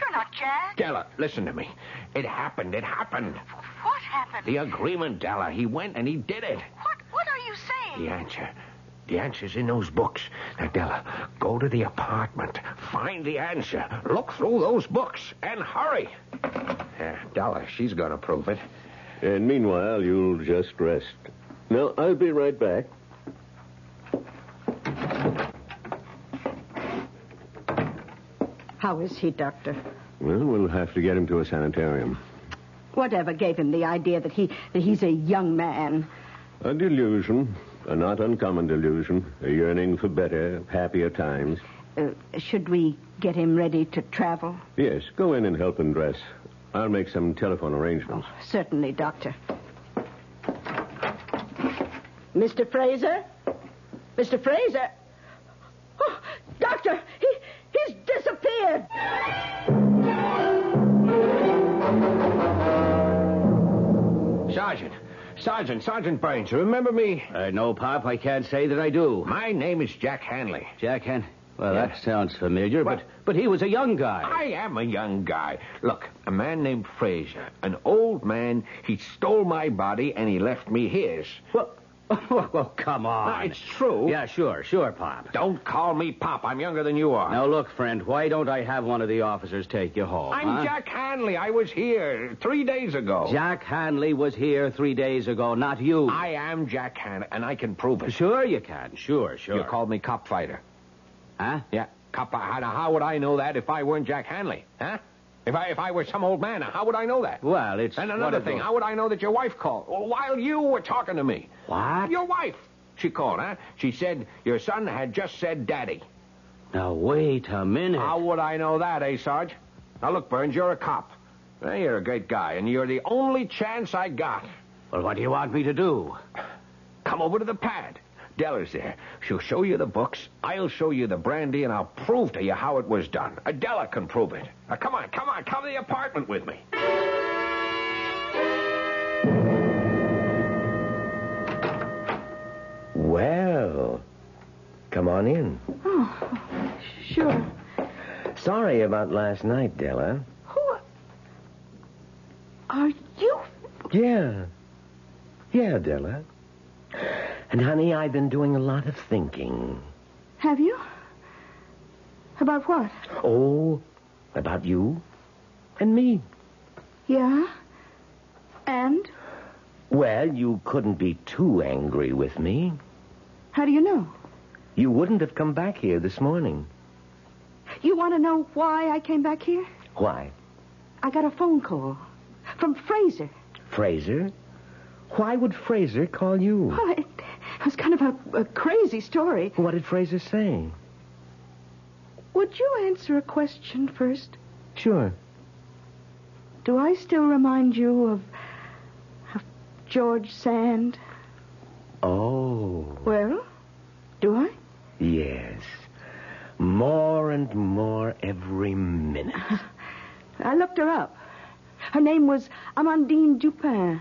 B: you're not Jack.
G: Della, listen to me. It happened. It happened.
B: What happened?
G: The agreement, Della. He went and he did it.
B: What, what are you saying?
G: The answer. The answer's in those books. Now, Della, go to the apartment. Find the answer. Look through those books and hurry. Yeah, Della, she's going to prove it.
T: And meanwhile, you'll just rest. Now, I'll be right back.
I: How is he, Doctor?
T: Well, we'll have to get him to a sanitarium.
I: Whatever gave him the idea that he that he's a young man?
T: A delusion, a not uncommon delusion, a yearning for better, happier times.
I: Uh, should we get him ready to travel?
T: Yes, go in and help him dress. I'll make some telephone arrangements.
I: Certainly, Doctor. Mr. Fraser? Mr. Fraser? Oh, doctor, he, he's disappeared.
F: Sergeant. Sergeant, Sergeant Burns, remember me? Uh, no, Pop, I can't say that I do. My name is Jack Hanley. Jack Han... Well, that sounds familiar, but, but he was a young guy.
G: I am a young guy. Look, a man named Fraser, an old man, he stole my body and he left me his.
F: Well, [laughs] well, come on.
G: it's true.
F: Yeah, sure, sure, Pop.
G: Don't call me Pop. I'm younger than you are.
F: Now, look, friend, why don't I have one of the officers take you home?
G: I'm
F: huh?
G: Jack Hanley. I was here three days ago.
F: Jack Hanley was here three days ago, not you.
G: I am Jack Hanley, and I can prove it.
F: Sure you can. Sure, sure.
G: You called me cop fighter.
F: Huh?
G: Yeah, cop. How, how would I know that if I weren't Jack Hanley? Huh? If I if I were some old man, how would I know that?
F: Well, it's.
G: And another
F: what a-
G: thing, how would I know that your wife called Well, while you were talking to me?
F: What?
G: Your wife. She called, huh? She said your son had just said "daddy."
F: Now, wait a minute.
G: How would I know that, eh, Sarge? Now look, Burns, you're a cop. Well, you're a great guy, and you're the only chance I got.
F: Well, what do you want me to do?
G: Come over to the pad. Della's there. She'll show you the books. I'll show you the brandy, and I'll prove to you how it was done. Adela can prove it. Now, come on, come on, come to the apartment with me.
H: Well, come on in.
I: Oh, Sure.
H: Sorry about last night, Della.
I: Are you?
H: Yeah. Yeah, Della. And, honey, I've been doing a lot of thinking.
I: Have you? About what?
H: Oh, about you and me.
I: Yeah. And
H: Well, you couldn't be too angry with me.
I: how do you know?
H: You wouldn't have come back here this morning.
I: You want to know why I came back here?
H: Why?
I: I got a phone call from Fraser.
H: Fraser? Why would Fraser call you?
I: Oh, it, it was kind of a, a crazy story.
H: What did Fraser say?
I: Would you answer a question first?
H: Sure.
I: Do I still remind you of, of George Sand?
H: Oh,
I: Well, do I?
H: yes. More and more every minute. [laughs]
I: I looked her up. Her name was Amandine Dupin.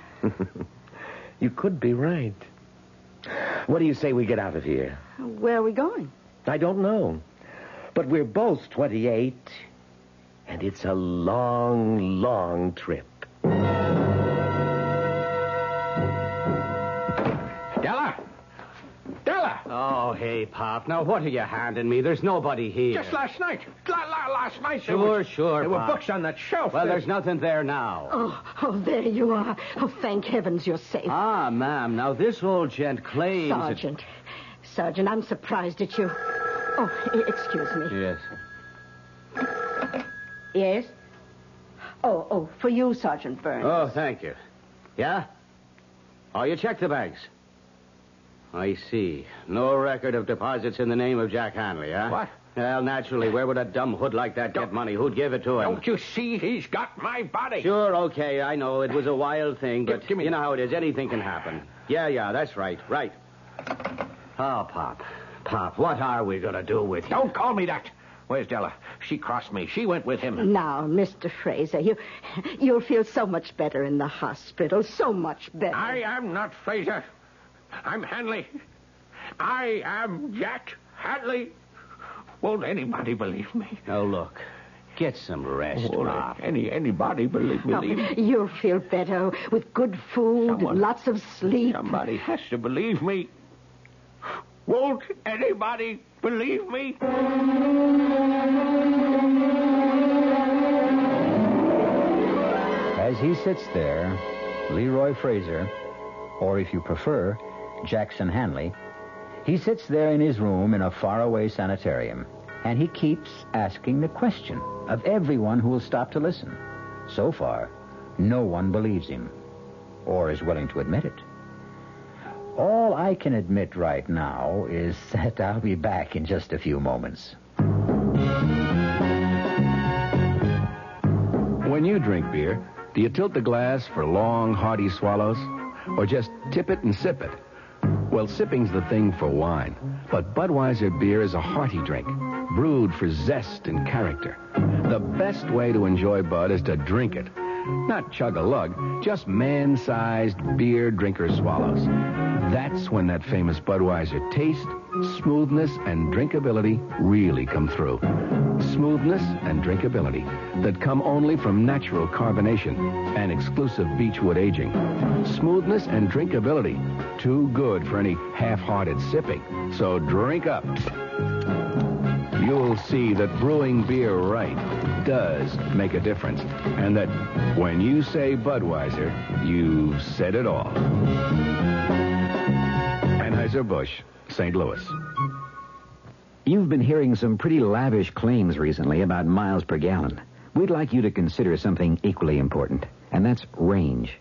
H: you could be right. What do you say we get out of here?
I: Where are we going?
H: I don't know. But we're both 28, and it's a long, long trip.
G: Della,
F: Oh, hey, Pop. Now, what are you handing me? There's nobody here.
I: Just last night. La- la- last night. there
F: Sure,
I: was-
F: sure.
I: There were
F: Pop.
I: books on that shelf.
F: Well,
I: There-
F: there's nothing there now.
R: Oh, oh, there you are. Oh, thank heavens you're safe.
F: Ah, ma'am. Now, this old gent claims. that-
R: Sergeant. Sergeant, I'm surprised at you. Oh, e- excuse me.
F: Yes.
R: Yes? Oh, oh, for you, Sergeant Burns.
F: Oh, thank you. Yeah? Oh, you checked the banks. I see. No record of deposits in the name of Jack Hanley, huh? What? Well, naturally, where would a dumb hood like that get money? Who'd give it to him?
I: Don't you see? He's got my body.
F: Sure, okay, I know. It was a wild thing, but you know how it is. Anything can happen. Yeah, yeah, that's right, right. Oh, Pop. Pop, what are we going to do with you?
I: Don't call me that. Where's Della? She crossed me. She went with him.
R: Now, Mr. Fraser, you, you'll feel so much better in the hospital. So much better.
I: I am not Fraser. I'm Hanley. I am Jack Hanley. Won't anybody believe me?
F: Now, Oh, look. Get some rest, Pop.
I: Any, anybody believe me?
R: Oh, you'll feel better with good food, lots of sleep.
I: Somebody has to believe me. Won't anybody believe me?
A: As he sits there, Leroy Fraser, or if you prefer, Jackson Hanley, he sits there in his room in a faraway sanitarium, and he keeps asking the question of everyone who will stop to listen. So far, no one believes him, or is willing to admit it. All I can admit right now is [laughs] that I'll be back in just a few moments.
G: When you drink beer, do you tilt the glass for long, hearty swallows? Or just tip it and sip it? Well, sipping's the thing for wine, but Budweiser beer is a hearty drink, brewed for zest and character. The best way to enjoy Bud is to drink it. Not chug a lug, just man sized beer drinker swallows. That's when that famous Budweiser taste, smoothness, and drinkability really come through. Smoothness and drinkability that come only from natural carbonation and exclusive beechwood aging. Smoothness and drinkability, too good for any half hearted sipping. So drink up. You'll see that brewing beer right does make a difference, and that when you say Budweiser, you've said it all. Anheuser-Busch, St. Louis.
J: You've been hearing some pretty lavish claims recently about miles per gallon. We'd like you to consider something equally important, and that's range.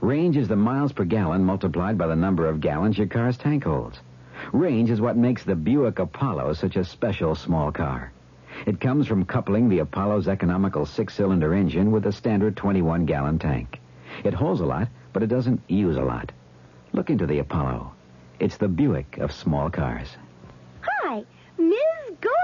J: Range is the miles per gallon multiplied by the number of gallons your car's tank holds. Range is what makes the Buick Apollo such a special small car. It comes from coupling the Apollo's economical six cylinder engine with a standard 21 gallon tank. It holds a lot, but it doesn't use a lot. Look into the Apollo. It's the Buick of small cars.
K: Hi, Ms.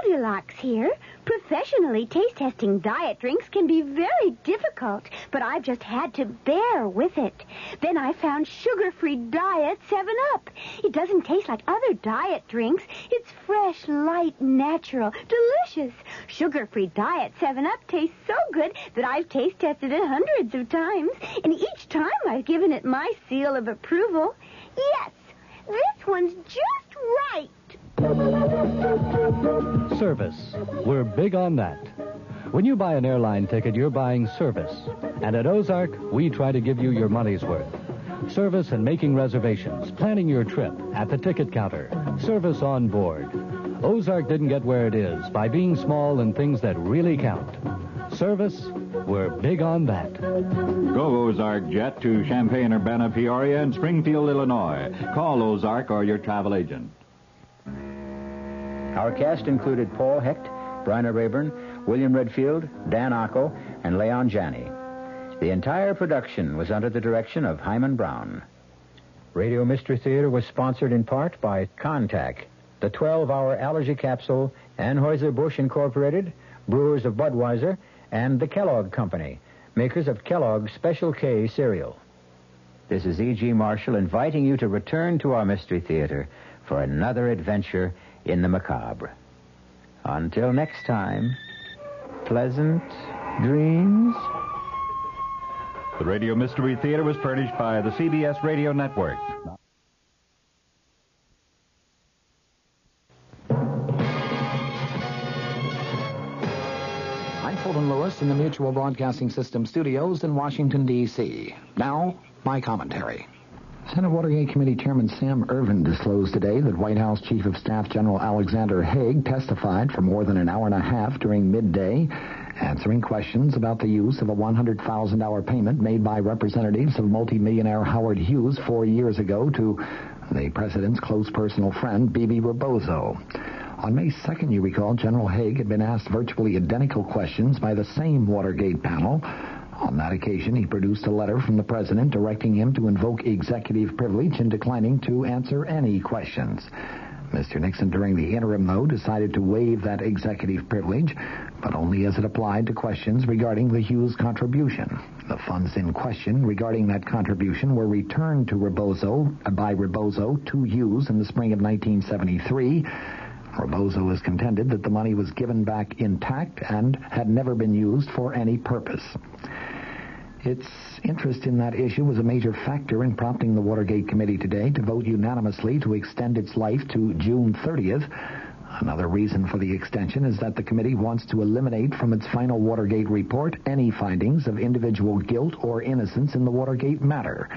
K: Goldilocks here. Professionally, taste testing diet drinks can be very difficult, but I've just had to bear with it. Then I found sugar free diet 7 Up. It doesn't taste like other diet drinks, it's fresh, light, natural, delicious. Sugar free diet 7 Up tastes so good that I've taste tested it hundreds of times, and each time I've given it my seal of approval. Yes, this one's just right.
D: Service. We're big on that. When you buy an airline ticket, you're buying service. And at Ozark, we try to give you your money's worth. Service and making reservations, planning your trip at the ticket counter, service on board. Ozark didn't get where it is by being small in things that really count. Service, we're big on that.
E: Go Ozark Jet to Champaign, Urbana, Peoria, and Springfield, Illinois. Call Ozark or your travel agent.
A: Our cast included Paul Hecht, Bryna Rayburn, William Redfield, Dan Ocko, and Leon Janney. The entire production was under the direction of Hyman Brown. Radio Mystery Theater was sponsored in part by Contact, the 12-hour allergy capsule, Anheuser-Busch Incorporated, Brewers of Budweiser, and the Kellogg Company, makers of Kellogg's Special K cereal. This is E.G. Marshall inviting you to return to our Mystery Theater for another adventure in the macabre. Until next time, pleasant dreams.
E: The Radio Mystery Theater was furnished by the CBS Radio Network.
U: Fox in the Mutual Broadcasting System studios in Washington, D.C. Now, my commentary.
V: Senate Watergate Committee Chairman Sam Irvin disclosed today that White House Chief of Staff General Alexander Haig testified for more than an hour and a half during midday, answering questions about the use of a $100,000 payment made by representatives of multimillionaire Howard Hughes four years ago to the president's close personal friend, B.B. Rebozo. On May 2nd, you recall, General Haig had been asked virtually identical questions by the same Watergate panel. On that occasion, he produced a letter from the president directing him to invoke executive privilege and declining to answer any questions. Mr. Nixon, during the interim, though, decided to waive that executive privilege, but only as it applied to questions regarding the Hughes contribution. The funds in question regarding that contribution were returned to Rebozo uh, by Rebozo to Hughes in the spring of 1973. Rebozo has contended that the money was given back intact and had never been used for any purpose. Its interest in that issue was a major factor in prompting the Watergate Committee today to vote unanimously to extend its life to June 30th. Another reason for the extension is that the committee wants to eliminate from its final Watergate report any findings of individual guilt or innocence in the Watergate matter.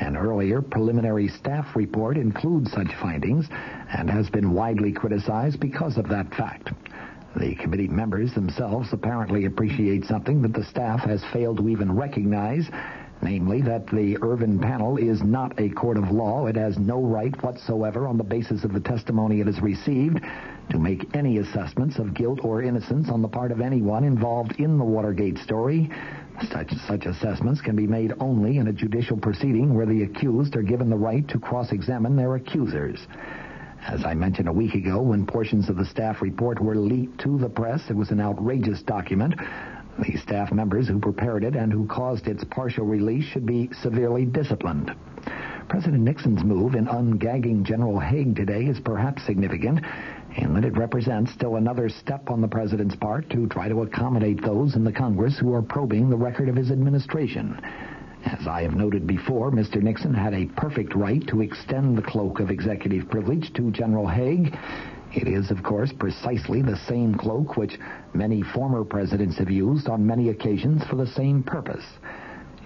V: An earlier preliminary staff report includes such findings and has been widely criticized because of that fact. The committee members themselves apparently appreciate something that the staff has failed to even recognize, namely that the Irvin panel is not a court of law. It has no right whatsoever on the basis of the testimony it has received to make any assessments of guilt or innocence on the part of anyone involved in the Watergate story. Such, such assessments can be made only in a judicial proceeding where the accused are given the right to cross-examine their accusers. As I mentioned a week ago, when portions of the staff report were leaked to the press, it was an outrageous document. The staff members who prepared it and who caused its partial release should be severely disciplined. President Nixon's move in ungagging General Haig today is perhaps significant in that it represents still another step on the president's part to try to accommodate those in the Congress who are probing the record of his administration. As I have noted before, Mr. Nixon had a perfect right to extend the cloak of executive privilege to General Haig. It is, of course, precisely the same cloak which many former presidents have used on many occasions for the same purpose.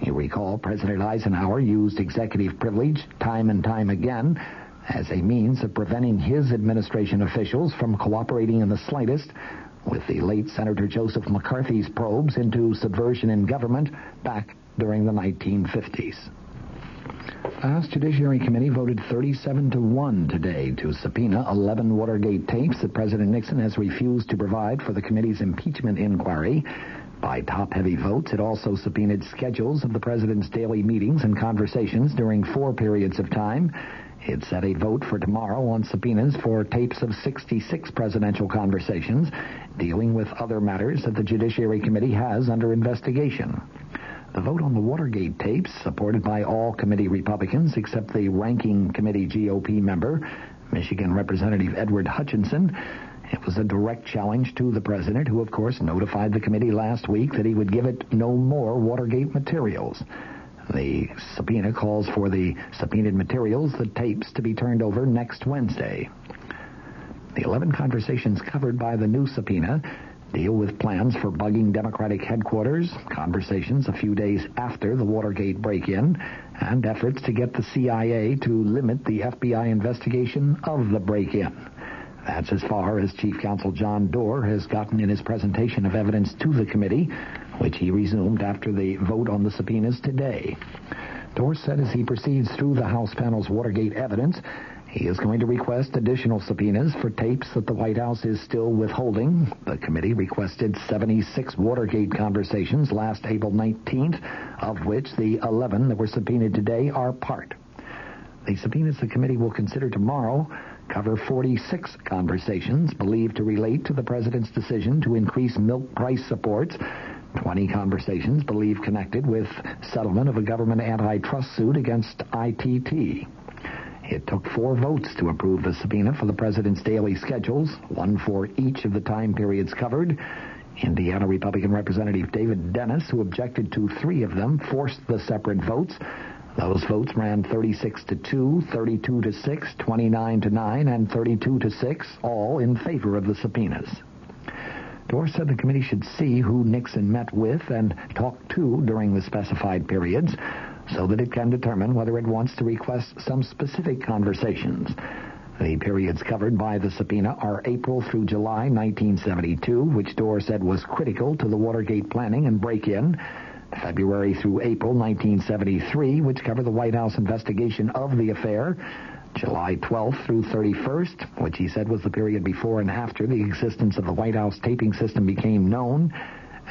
V: You recall President Eisenhower used executive privilege time and time again as a means of preventing his administration officials from cooperating in the slightest with the late Senator Joseph McCarthy's probes into subversion in government back during the 1950s. The House Judiciary Committee voted 37 to 1 today to subpoena 11 Watergate tapes that President Nixon has refused to provide for the committee's impeachment inquiry. By top heavy votes, it also subpoenaed schedules of the president's daily meetings and conversations during four periods of time. It set a vote for tomorrow on subpoenas for tapes of 66 presidential conversations dealing with other matters that the Judiciary Committee has under investigation. The vote on the Watergate tapes, supported by all committee Republicans except the ranking committee GOP member, Michigan Representative Edward Hutchinson, it was a direct challenge to the president, who, of course, notified the committee last week that he would give it no more Watergate materials. The subpoena calls for the subpoenaed materials, the tapes, to be turned over next Wednesday. The 11 conversations covered by the new subpoena deal with plans for bugging Democratic headquarters, conversations a few days after the Watergate break in, and efforts to get the CIA to limit the FBI investigation of the break in. That's as far as Chief Counsel John Doerr has gotten in his presentation of evidence to the committee, which he resumed after the vote on the subpoenas today. Doerr said as he proceeds through the House panel's Watergate evidence, he is going to request additional subpoenas for tapes that the White House is still withholding. The committee requested 76 Watergate conversations last April 19th, of which the 11 that were subpoenaed today are part. The subpoenas the committee will consider tomorrow cover 46 conversations believed to relate to the president's decision to increase milk price supports 20 conversations believed connected with settlement of a government antitrust suit against ITT. It took four votes to approve the subpoena for the president's daily schedules, one for each of the time periods covered. Indiana Republican Representative David Dennis, who objected to three of them, forced the separate votes. Those votes ran 36 to 2, 32 to 6, 29 to 9, and 32 to 6, all in favor of the subpoenas. Dorr said the committee should see who Nixon met with and talked to during the specified periods so that it can determine whether it wants to request some specific conversations. The periods covered by the subpoena are April through July 1972, which Dorr said was critical to the Watergate planning and break-in, February through April 1973, which covered the White House investigation of the affair, July 12th through 31st, which he said was the period before and after the existence of the White House taping system became known,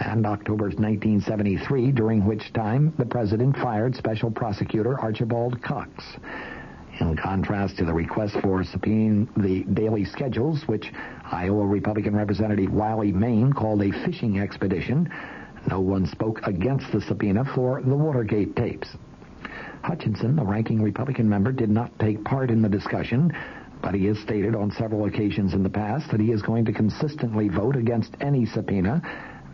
V: and October 1973, during which time the president fired Special Prosecutor Archibald Cox. In contrast to the request for subpoenaing the daily schedules, which Iowa Republican Representative Wiley Maine called a fishing expedition, no one spoke against the subpoena for the Watergate tapes. Hutchinson, the ranking Republican member, did not take part in the discussion, but he has stated on several occasions in the past that he is going to consistently vote against any subpoena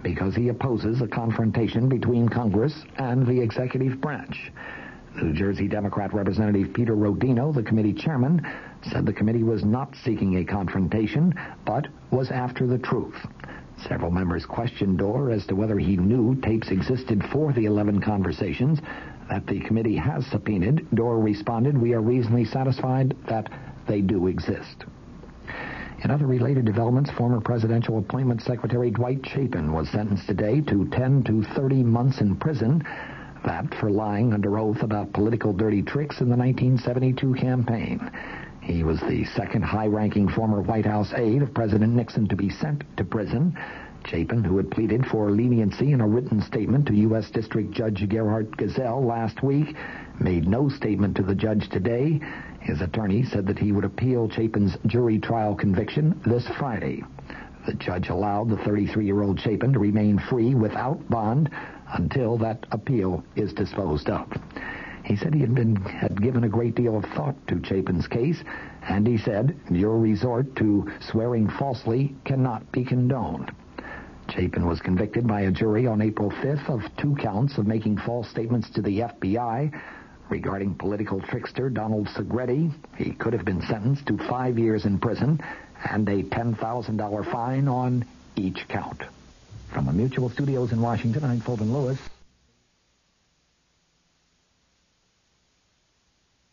V: because he opposes a confrontation between Congress and the executive branch. New Jersey Democrat Representative Peter Rodino, the committee chairman, said the committee was not seeking a confrontation, but was after the truth. Several members questioned Dorr as to whether he knew tapes existed for the 11 conversations that the committee has subpoenaed. Dorr responded, We are reasonably satisfied that they do exist. In other related developments, former presidential appointment secretary Dwight Chapin was sentenced today to 10 to 30 months in prison. That for lying under oath about political dirty tricks in the 1972 campaign. He was the second high ranking former White House aide of President Nixon to be sent to prison. Chapin, who had pleaded for leniency in a written statement to U.S. District Judge Gerhard Gazelle last week, made no statement to the judge today. His attorney said that he would appeal Chapin's jury trial conviction this Friday. The judge allowed the 33 year old Chapin to remain free without bond until that appeal is disposed of. He said he had been had given a great deal of thought to Chapin's case, and he said, "Your resort to swearing falsely cannot be condoned." Chapin was convicted by a jury on April 5th of two counts of making false statements to the FBI regarding political trickster Donald Segretti. He could have been sentenced to five years in prison and a $10,000 fine on each count. From the Mutual Studios in Washington, I'm Fulton Lewis.